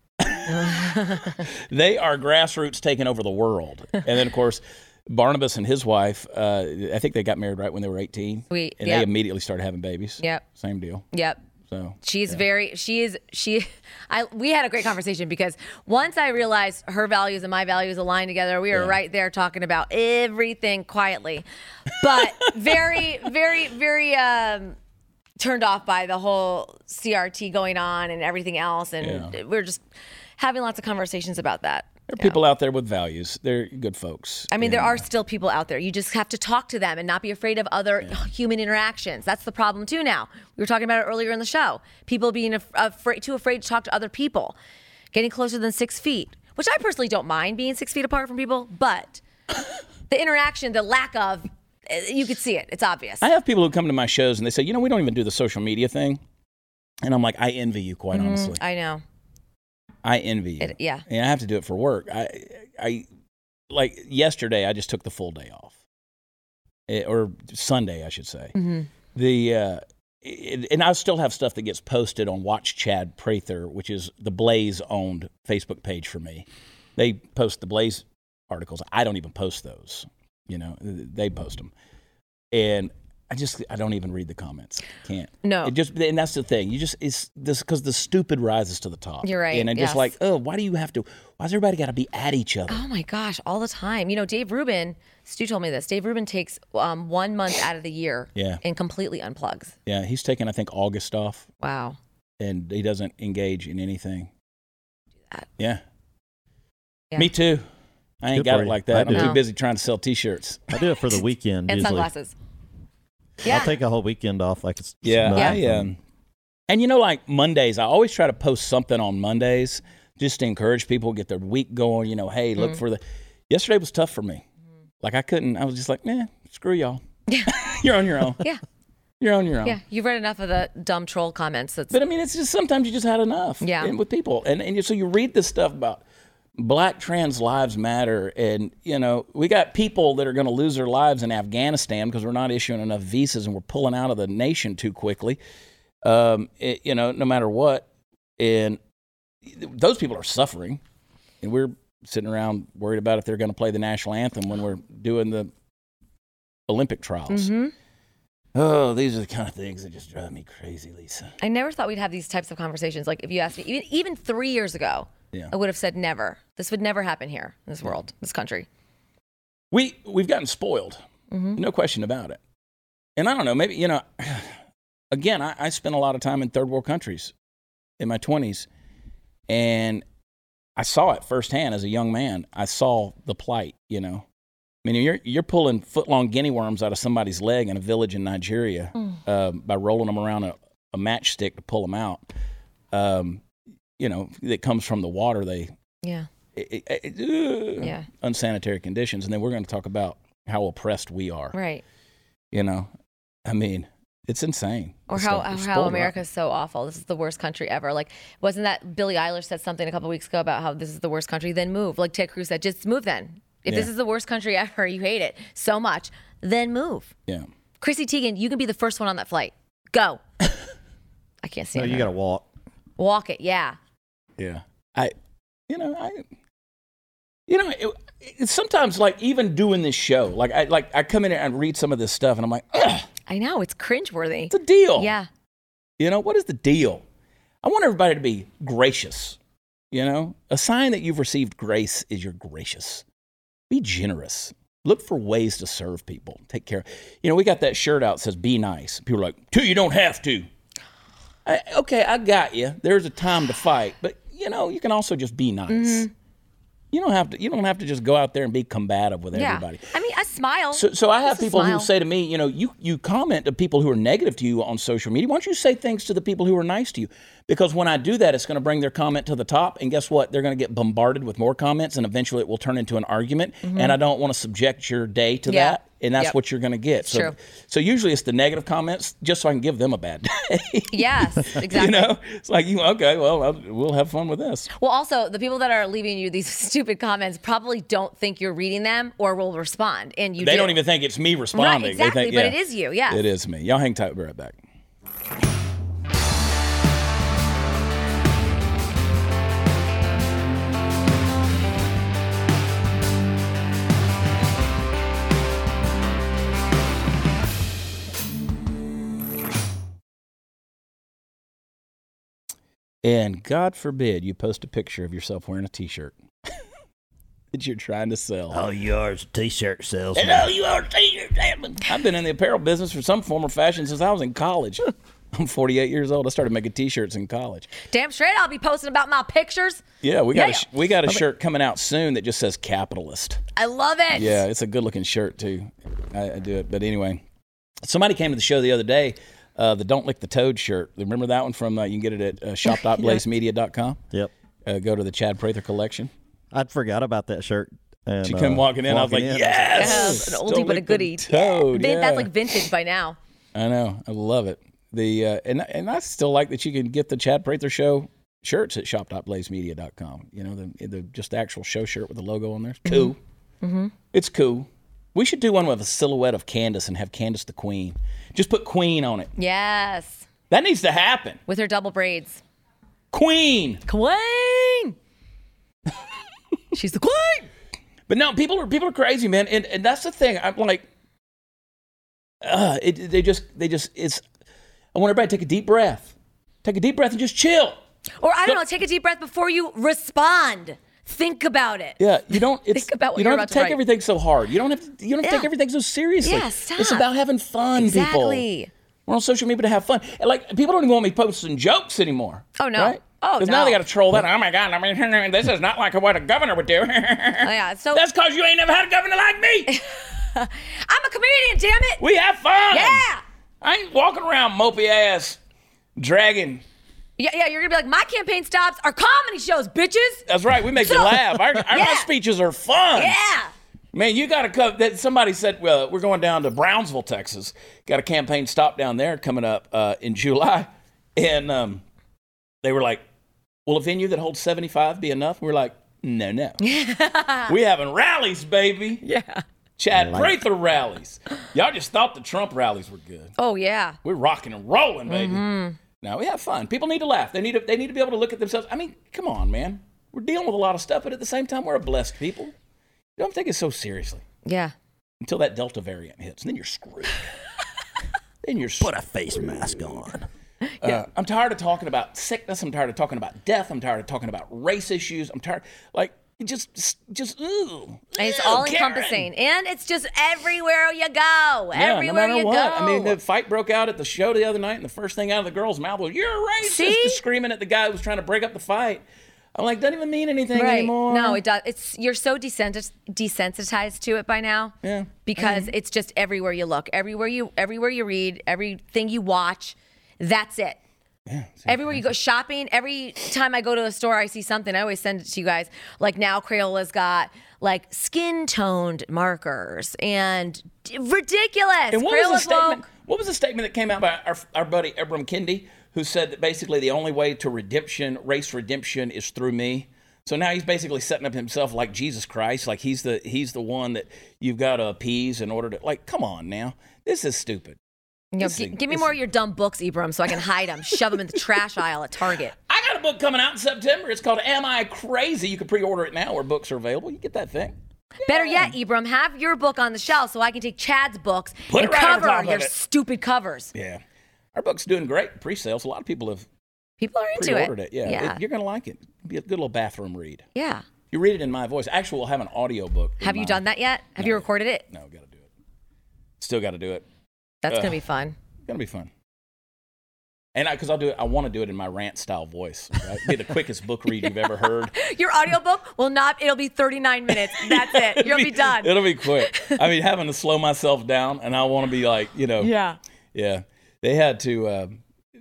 S1: They are grassroots taking over the world. and then of course. Barnabas and his wife, uh, I think they got married right when they were 18.
S2: Sweet,
S1: And
S2: yeah.
S1: they immediately started having babies.
S2: Yep.
S1: Same deal.
S2: Yep.
S1: So,
S2: She's very she is she I we had a great conversation because once I realized her values and my values aligned together, we were
S12: Yeah.
S2: right there talking about everything quietly. But very very very um turned off by the whole CRT going on and everything else and
S1: Yeah.
S2: we are just having lots of conversations about that.
S1: there are people out there with values. They're good folks.
S2: I mean,
S1: there
S2: there are still people out there. You just have to talk to them and not be afraid of other human interactions. That's the problem too. Now we were talking about it earlier in the show. People being af- afraid, too afraid to talk to other people, getting closer than six feet. Which I personally don't mind being six feet apart from people, but the interaction, the lack of, eh, you could see it. It's obvious.
S1: I have people who come to my shows and they say, you know, we don't even do the social media thing. And I'm like, I envy you, quite
S2: Mhm,
S1: honestly.
S2: I know.
S1: I envy you.
S2: It- yeah.
S1: And I have to do it for work. I, I, like yesterday, I just took the full day off, Eh, or Sunday, I should say.
S2: Mhm.
S1: The, uh, it, and I still have stuff that gets posted on Watch Chad Prather, which is the Blaze owned Facebook page for me. They post the Blaze articles. I don't even post those. You know, they post them, and I just I don't even read the comments. Can't.
S2: No.
S1: It just and that's the thing. You just it's this because the stupid rises to the top.
S2: You're right,
S1: And I'm
S2: yes.
S1: just like, oh, why do you have to? Why's everybody got to be at each other?
S2: Oh my gosh, all the time. You know, Dave Rubin. Stu told me this. Dave Rubin takes um, one month out of the year
S1: Yeah.
S2: and completely unplugs.
S1: Yeah, he's taking I think August off.
S2: Wow.
S1: And he doesn't engage in anything. Yeah.
S2: Yeah.
S1: Me too. I ain't
S3: Good
S1: got
S3: for
S1: it
S3: you.
S1: like that.
S3: I
S1: I'm
S3: do.
S1: too busy trying to sell T-shirts.
S3: I do it for the weekend
S2: And
S3: usually.
S2: sunglasses. Yeah.
S3: I'll take a whole weekend off. Like it's
S1: Yeah,
S3: nothing.
S1: I, um, and you know, like Mondays, I always try to post something on Mondays just to encourage people get their week going.
S2: Mm-hmm.
S1: You know, hey, look
S3: Mhm.
S1: for the. Yesterday was tough for me. Like I couldn't. I was just like, man, screw y'all. You're on your own.
S2: Yeah.
S1: You're on your own.
S2: Yeah, you've read enough of the dumb troll comments. That's
S1: But I mean, it's just sometimes you just had enough.
S2: Yeah.
S1: And with people, and and so you read this stuff about Black trans lives matter, and you know we got people that are going to lose their lives in Afghanistan because we're not issuing enough visas and we're pulling out of the nation too quickly. Um, it- you know, no matter what, and those people are suffering, and we're sitting around worried about if they're going to play the national anthem when we're doing the Olympic trials.
S2: Mhm.
S1: Oh, these are the kind of things that just drive me crazy, Lisa.
S2: I never thought we'd have these types of conversations. Like if you asked me, even, even three years ago,
S1: Yeah.
S2: I would have said never. This would never happen here in this world, this country.
S1: We we've gotten spoiled, no question about it. And I don't know, maybe you know. Again, I, I spent a lot of time in third world countries in my twenties, and I saw it firsthand as a young man. I saw the plight, you know. I mean, you're you're pulling footlong guinea worms out of somebody's leg in a village in Nigeria
S2: Mm.
S1: um, by rolling them around a, a matchstick to pull them out. Um, you know, that comes from the water they
S2: Yeah.
S1: it- it- it- ugh,
S2: Yeah.
S1: unsanitary conditions, and then we're going to talk about how oppressed we are.
S2: Right.
S1: You know, I mean, it's insane.
S2: Or
S1: It's
S2: how,
S1: like-
S2: or
S1: it's
S2: how
S1: spoiled
S2: America's so awful. This is the worst country ever. Like, wasn't that Billie Eilish said something a couple weeks ago about how this is the worst country? Then move. Like Ted Cruz said, just move then. If this
S1: Yeah.
S2: is the worst country ever, you hate it so much, then move.
S1: right. Yeah.
S2: Chrissy Teigen, you can be the first one on that flight. Go. I can't see
S3: No, you got to walk.
S2: Walk it. Yeah.
S1: Yeah. I, you know, I, you know, it, it's sometimes like even doing this show, like I, like I come in here and read some of this stuff, and I'm like, ugh,
S2: I know. It's cringeworthy. It's
S1: a deal.
S2: Yeah.
S1: You know, what is the deal? I want everybody to be gracious. You know, a sign that you've received grace is you're gracious. Be generous. Look for ways to serve people. Take care. You know, we got that shirt out that says "Be nice." People are like, "Two, you don't have to." I, okay, I got you. There's a time to fight, but you know, you can also just be nice. You don't have to. You don't have to just go out there and be combative with
S2: yeah.
S1: everybody.
S2: I mean, a smile.
S1: So, so I have
S2: Just a
S1: people who
S2: smile.
S1: say to me, you know, you, you comment to people who are negative to you on social media. Why don't you say things to the people who are nice to you? Because when I do that, it's going to bring their comment to the top. And guess what? They're going to get bombarded with more comments and eventually it will turn into an argument.
S2: Mm-hmm.
S12: Mhm.
S1: And I don't want to subject your day to
S12: Yeah.
S1: that. And that's
S12: Yep.
S1: what you're going to get. So,
S12: True.
S1: so usually it's the negative comments just so I can give them a bad day.
S2: Yes, exactly.
S1: you know, it's like, you okay, well, I'll, we'll have fun with this.
S2: Well, also, the people that are leaving you these stupid comments probably don't think you're reading them or will respond. And you
S1: they
S2: do.
S1: don't even think it's me responding. They
S2: exactly,
S1: think-
S2: but
S1: yeah.
S2: it is you, yes.
S1: It is me. Y'all hang tight. We'll be right back. And God forbid you post a picture of yourself wearing a t shirt that you're trying to sell.
S13: All you are is a t-shirt salesman.
S1: And all you are, t-shirt salesman. I've been in the apparel business for some form or fashion since I was in college. I'm 48 years old. I started making t-shirts in college.
S2: Damn straight, I'll be posting about my pictures.
S1: Yeah, we got
S2: Yeah.
S1: a sh- we got a shirt coming out soon that just says capitalist.
S2: I love it.
S1: Yeah, it's a good looking shirt too. I, I do it, but anyway, somebody came to the show the other day. Uh, the "Don't Lick the Toad" shirt. Remember that one from? Uh, you can get it at uh, shop.blazemedia.com.
S3: Yep.
S1: Uh, go to the Chad Prather collection.
S3: I'd forgot about that shirt. And,
S1: She came
S3: uh,
S1: walking in. I was like, yes,
S2: Yeah, an
S1: Don't
S2: oldie but a
S1: lick the
S2: goodie.
S1: Toad.
S2: Vin-
S1: yeah.
S2: That's like vintage by now.
S1: I know. I love it. The uh, and and I still like that you can get the Chad Prather show shirts at shop.blazemedia.com. You know, the the just the actual show shirt with the logo on there. Cool.
S2: Mm-hmm.
S1: It's cool. We should do one with a silhouette of Candace and have Candace the Queen. Just put Queen on it.
S2: Yes,
S1: That needs to happen.
S2: with her double braids.
S1: Queen.
S2: Queen. She's the queen.
S1: But no, people are people are crazy, man. And and that's the thing. I'm like, uh, it, they just they just it's. I want everybody to take a deep breath. Take a deep breath and just chill.
S2: Or I don't know, take a deep breath before you respond. Think about it.
S1: Yeah, you don't. It's,
S2: about what
S1: you don't
S2: you're
S1: have
S2: about
S1: to
S2: to
S1: take
S2: write.
S1: everything so hard. You don't have to. You don't have to
S2: Yeah.
S1: take everything so seriously.
S2: Yeah, stop.
S1: It's about having fun, people.
S2: Exactly.
S1: We're on social media to have fun. And, like people don't even want me posting jokes anymore.
S2: Oh, no.
S1: Right?
S2: Oh,
S1: 'Cause now
S2: no.
S1: they got to troll that. Oh my god! I mean, this is not like what a governor would do. yeah.
S2: Oh, So
S1: that's because you ain't never had a governor like me.
S2: I'm a comedian, damn it.
S1: We have fun.
S2: Yeah.
S1: I ain't walking around mopey ass, dragging.
S2: Yeah, yeah, you're gonna be like, my campaign stops are comedy shows, bitches.
S1: That's right. We make you
S2: So-
S1: laugh. Our, our,
S2: Yeah.
S1: my speeches are fun.
S2: Yeah.
S1: Man, you got to come. That somebody said well, we're going down to Brownsville, Texas. Got a campaign stop down there coming up uh, in July, and um, they were like, "Will a venue that holds seventy five be enough?" We're like, "No, no, we having rallies, baby.
S2: Yeah,
S1: Chad
S2: Like-
S1: Prather rallies. Y'all just thought the Trump rallies were good.
S2: Oh yeah.
S1: We're rocking and rolling, baby.
S2: Mhm.
S1: Now we have fun. People need to laugh. They need to. They need to be able to look at themselves. I mean, come on, man. We're dealing with a lot of stuff, but at the same time, we're a blessed people. You don't take it so seriously
S2: Yeah.
S1: until that Delta variant hits, and then you're screwed. then you're put a face mask on.
S2: Yeah.
S1: I'm tired of talking about sickness. I'm tired of talking about death. I'm tired of talking about race issues. I'm tired, like just, just ooh.
S2: And it's
S1: Ew,
S2: all
S1: Karen.
S2: encompassing. And it's just everywhere you go.
S1: Yeah,
S2: everywhere
S1: no matter
S2: you
S1: what.
S2: go.
S1: I mean, the fight broke out at the show the other night, and the first thing out of the girl's mouth was, "You're a racist!"
S2: See?
S1: Just screaming at the guy who was trying to break up the fight. I'm like, doesn't even mean anything
S2: right.
S1: anymore.
S2: No, it does. It's you're so desensit- desensitized to it by now. Yeah. Because it's just everywhere you look, everywhere you everywhere you read, everything you watch, that's it. Yeah, everywhere you go shopping, every time I go to a store, I see something. I always send it to you guys. Like now, Crayola's got like skin toned markers and d- ridiculous.
S1: And what was,
S2: Crayola's
S1: the statement, what was the statement that came out by our, our buddy Ibram Kendi, who said that basically the only way to redemption, race redemption, is through me? So now he's basically setting up himself like Jesus Christ, like he's the he's the one that you've got to appease in order to like. Come on now, this is stupid.
S2: You know,
S1: This
S2: gi-
S1: thing-
S2: give me
S1: this-
S2: more of your dumb books, Ibram, so I can hide them, shove them in the trash aisle at Target.
S1: I got a book coming out in September. It's called Am I Crazy? You can pre-order it now where books are available. You get that thing.
S2: Better yet, Ibram, have your book on the shelf so I can take Chad's books
S1: Put it
S2: and
S1: right over
S2: cover
S1: top of
S2: your
S1: it.
S2: stupid covers.
S1: Yeah. Our book's doing great pre-sales. A lot of people have
S2: People are into
S1: pre-ordered
S2: it.
S1: it. Yeah.
S2: Yeah.
S1: It- you're going to like it. It'll be a good little bathroom read.
S2: Yeah.
S1: You read it in my voice. Actually, we'll have an audio book.
S2: Have you done that yet? Have you recorded it?
S1: No, got to do it. Still got to do it.
S2: That's
S1: Ugh.
S2: gonna be fun.
S1: Gonna be fun. And I, because I'll do it, I want to do it in my rant style voice. Right? Be the quickest book read you've ever heard.
S2: Your audiobook will not it'll be 39 minutes. That's it. You'll be done.
S1: It'll be quick. I mean, having to slow myself down, and I want to be like, you know,
S2: Yeah.
S1: yeah. They had to. Uh,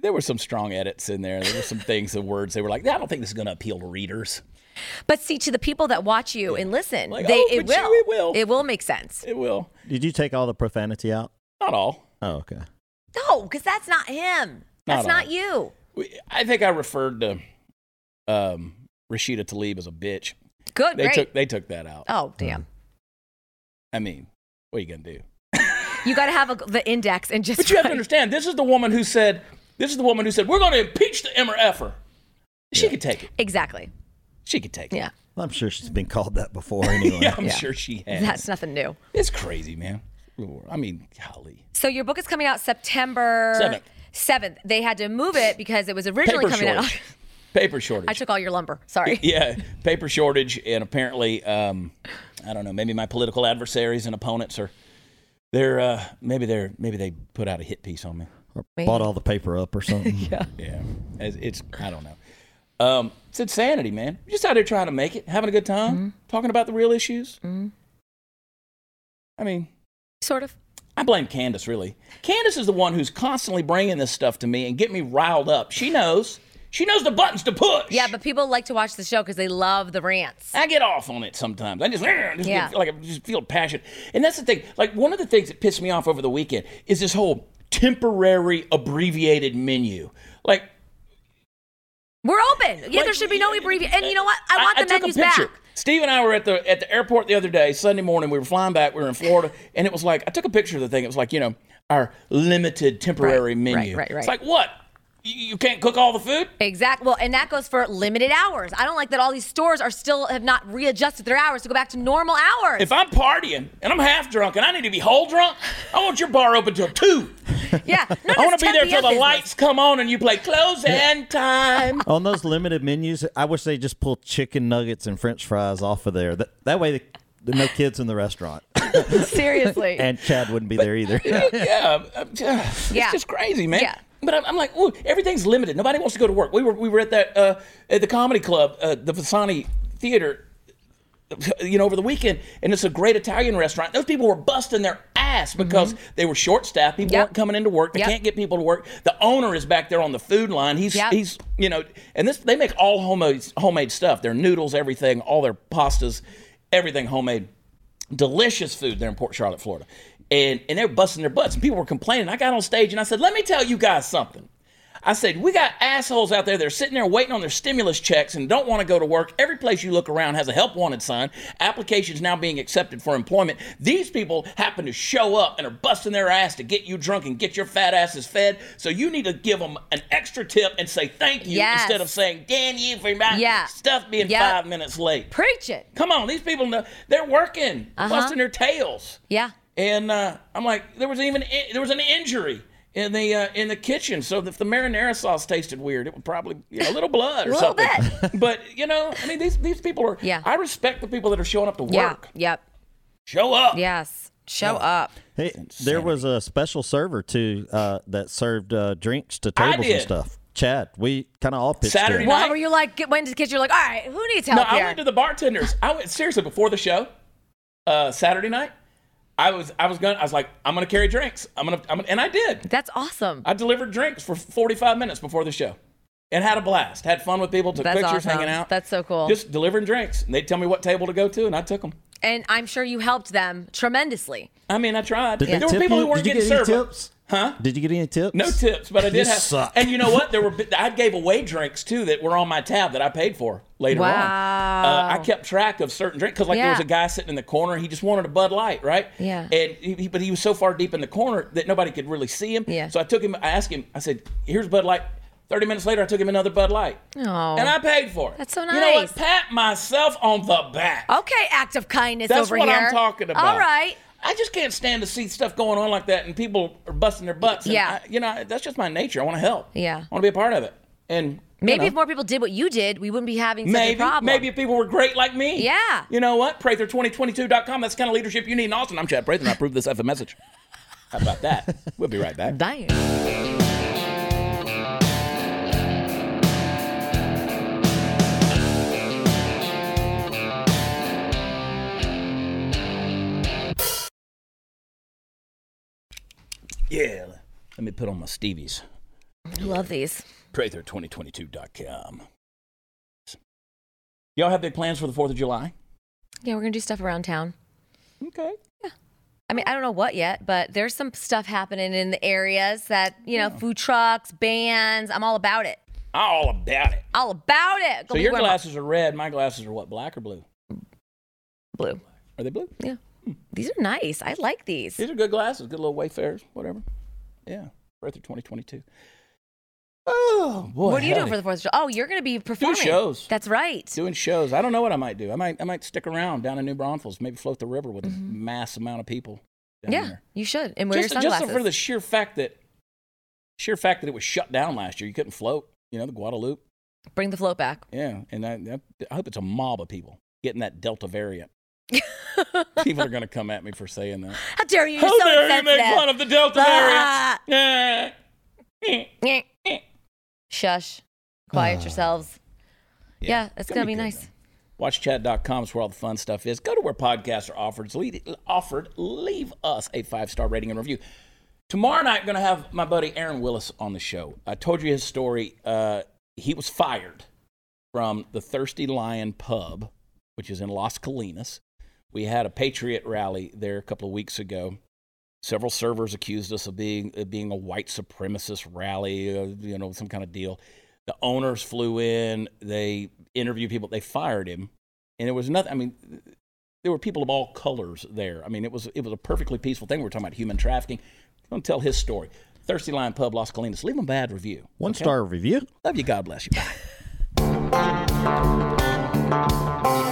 S1: there were some strong edits in there. There were some things, the words they were like, I don't think this is going to appeal to readers.
S2: But see, to the people that watch you and listen,
S1: Like,
S2: they
S1: oh,
S2: it,
S1: but
S2: will.
S1: you- it will.
S2: It will make sense.
S1: It will.
S3: Did you take all the profanity out?
S1: Not all.
S3: Oh, okay.
S2: No, because that's not him. That's
S1: Not
S2: not you.
S1: I think I referred to um, Rashida Tlaib as a bitch.
S2: Good,
S1: They
S2: great.
S1: took they took that out.
S2: Oh damn.
S1: I mean, what are you gonna do?
S2: You gotta have a, the index and just
S1: Mm. But you have to understand, this is the woman who said, this is the woman who said, we're going to impeach the Emmer effer. She could take it.
S2: Exactly.
S1: She could take it.
S2: Yeah.
S3: I'm sure she's been called that before anyway.
S1: Yeah, I'm sure she has.
S2: That's nothing new.
S1: It's crazy, man. I mean, golly.
S2: So your book is coming out September
S1: Seventh.
S2: 7th. They had to move it because it was originally
S1: Paper
S2: coming
S1: shortage. Paper shortage.
S2: out. I took all your lumber. Sorry.
S1: yeah, paper shortage, and apparently, um, I don't know. Maybe my political adversaries and opponents are they're uh, maybe they're maybe they put out a hit piece on me.
S2: Maybe.
S3: Bought all the paper up or something. yeah.
S1: Yeah, it's, it's I don't know. Um, it's insanity, man. You're just out here trying to make it, having a good time,
S2: Mm-hmm.
S1: talking about the real issues. I mean,
S2: sort of.
S1: I blame Candace really. Candace is the one who's constantly bringing this stuff to me and getting me riled up. She knows. She knows the buttons to push.
S2: Yeah, but people like to watch the show because they love the rants.
S1: I get off on it sometimes. I just, I just
S2: Yeah.
S1: get- like I just feel passion. And that's the thing. Like one of the things that pissed me off over the weekend is this whole temporary abbreviated menu. Like
S2: We're open. Yeah, there should be no abbreviation. And you know what? I want the
S1: took a
S2: menus
S1: picture.
S2: back.
S1: Steve and I were at the at the airport the other day, Sunday morning. We were flying back. We were in Florida, and it was like I took a picture of the thing. It was like you know our limited temporary menu.
S2: right, right.
S1: It's like what you, you can't cook all the food.
S2: Exactly. Well, and that goes for limited hours. I don't like that all these stores are still have not readjusted their hours to go back to normal hours.
S1: If I'm partying and I'm half drunk and I need to be whole drunk, I want your bar open till two.
S2: Yeah,
S1: I want to be there till the
S2: business.
S1: lights come on and you play close and time.
S3: On those limited menus, I wish they just pulled chicken nuggets and French fries off of there. That that way, the, there are no kids in the restaurant,
S2: Seriously.
S3: and Chad wouldn't be there either.
S1: yeah, I'm- I'm-
S2: Yeah.
S1: it's just crazy, man.
S2: Yeah.
S1: But I'm, I'm like, ooh, everything's limited. Nobody wants to go to work. We were we were at that uh, at the comedy club, uh, the Fasani Theater, you know, over the weekend, and it's a great Italian restaurant. Those people were busting their ass because they were short staffed. People weren't coming into work. They
S2: Mm-hmm. Yep.
S1: can't get people to work. The owner is back there on the food line. He's
S2: Yep.
S1: he's you know, and this they make all homemade homemade stuff. Their noodles, everything, all their pastas, everything homemade. delicious food there in Port Charlotte, Florida. And, and they were busting their butts. And people were complaining. I got on stage and I said, let me tell you guys something. I said, we got assholes out there that are sitting there waiting on their stimulus checks and don't want to go to work. Every place you look around has a help wanted sign. Applications now being accepted for employment. These people happen to show up and are busting their ass to get you drunk and get your fat asses fed. So you need to give them an extra tip and say thank you
S2: Yes.
S1: instead of saying damn you for my
S2: Yeah.
S1: stuff being
S2: Yep.
S1: five minutes late.
S2: Preach it.
S1: Come on, these people know they're working,
S2: Uh-huh.
S1: busting their tails.
S2: Yeah.
S1: And uh, I'm like, there was even there was an injury in the uh, in the kitchen, so if the marinara sauce tasted weird, it would probably you know, a little blood or
S2: Little
S1: something. but you know, I mean, these these people are. Yeah. I respect the people that are showing up to work. Oh.
S2: Yeah. Yep.
S1: Show up.
S2: Yes. Show up.
S3: Hey, there was a special server too uh, that served uh, drinks to
S1: I
S3: tables and
S1: did.
S3: stuff. Chad, we kind of all pitched
S1: Saturday
S3: in.
S2: Well, were you like get- went to the kitchen? You're like, all right, who needs help
S1: no,
S2: here?
S1: I went to the bartenders. I went seriously before the show, uh, Saturday night. I was I was gonna I was like I'm gonna carry drinks. I'm gonna, I'm gonna and I did.
S2: That's awesome.
S1: I delivered drinks for 45 minutes before the show, and had a blast. Had fun with people. Took
S2: That's
S1: pictures,
S2: awesome.
S1: hanging out.
S2: That's so cool.
S1: Just delivering drinks, and they'd tell me what table to go to, and I took them.
S2: and I'm sure you helped them tremendously.
S1: I mean, I tried.
S3: Did they
S1: there were
S3: tip
S1: people
S3: you?
S1: who weren't
S3: Did you
S1: getting
S3: get any
S1: served.
S3: tips?
S1: Huh?
S3: Did you get any tips?
S1: No tips, but I did
S3: You
S1: have.
S3: suck.
S1: And you know what? There were I gave away drinks too that were on my tab that I paid for later on.
S2: Wow.
S1: Uh, I kept track of certain drinks because like there
S2: Yeah.
S1: was a guy sitting in the corner. He just wanted a Bud Light, right?
S2: Yeah.
S1: And he, he- but he was so far deep in the corner that nobody could really see him. Yeah. So I took him. I asked him. I said, "Here's Bud Light." Thirty minutes later, I took him another Bud Light.
S2: Oh.
S1: And I paid for it.
S2: That's so
S1: You know
S2: nice.
S1: what? Pat myself on the back.
S3: Oh,
S2: Okay, act of kindness
S1: That's
S2: over
S1: what
S2: here.
S1: I'm talking about.
S2: All right.
S1: I just can't stand to see stuff going on like that and people are busting their butts. and
S2: Yeah.
S1: I- you know, that's just my nature. I want to help.
S2: Yeah.
S1: I want to be a part of it. And you
S2: Maybe
S1: know,
S2: if more people did what you did, we wouldn't be having such a
S1: maybe,
S2: problem.
S1: maybe if people were great like me.
S2: Yeah.
S1: You know what? Prather2022.com. That's the kind of leadership you need in Austin. I'm Chad Prather, and I approve this FM message. How about that? We'll be right back.
S2: Bye.
S1: Yeah. Let me put on my Stevies.
S2: I love these.
S1: Prather2022.com. Y'all have big plans for the 4th of July?
S2: Yeah, we're gonna do stuff around town.
S1: Okay.
S2: Yeah. I mean, I don't know what yet, but there's some stuff happening in the areas that you know, food trucks, bands. I'm all about it.
S1: All about it.
S2: All about it.
S1: So
S2: Gonna be
S1: your
S2: wearing my-
S1: glasses are red. My glasses are what? Black or blue?
S2: Blue.
S1: Are they blue?
S2: Yeah. These are nice. I like these.
S1: These are good glasses. Good little Wayfarers. Whatever. Yeah. Birth of 2022. Oh boy.
S2: what are you doing
S1: howdy.
S2: for the Fourth of July? Oh, you're gonna be performing.
S1: shows.
S2: That's right.
S1: Doing shows. I don't know what I might do. I might I might stick around down in New Braunfels. Maybe float the river with a mass amount of people. Down
S2: Mm-hmm. yeah,
S1: There.
S2: you should. And wear
S1: just,
S2: your
S1: just
S2: sunglasses.
S1: for the sheer fact that sheer fact that it was shut down last year. You couldn't float. You know the Guadalupe.
S2: Bring the float back.
S1: Yeah, and I, I- I hope it's a mob of people getting that Delta variant. people are going to come at me for saying that.
S2: How dare you? You're
S1: How
S2: so
S1: dare you
S2: insensitive.
S1: make fun of the Delta
S2: Ah.
S1: variant? Eh.
S2: Shush. Quiet yourselves. Yeah, it's
S1: Ah. gonna
S2: gonna
S1: be
S2: be
S1: good,
S2: nice.
S1: WatchChat.com is where all the fun stuff is. Go to where podcasts are offered. Lead, offered. Leave us a five star rating and review. Tomorrow night, going to have my buddy Aaron Willis on the show. I told you his story. Uh, he was fired from the Thirsty Lion Pub, which is in Las Colinas. We had a Patriot rally there a couple of weeks ago. Several servers accused us of being of being a white supremacist rally, uh, you know, some kind of deal. The owners flew in. They interviewed people. They fired him, and it was nothing. I mean, there were people of all colors there. I mean, it was it was a perfectly peaceful thing. We We're talking about human trafficking. I'm gonna tell his story. Thirsty Lion Pub, Las Colinas. Leave him a bad review.
S3: One star review.
S1: Love you. God bless you. Bye.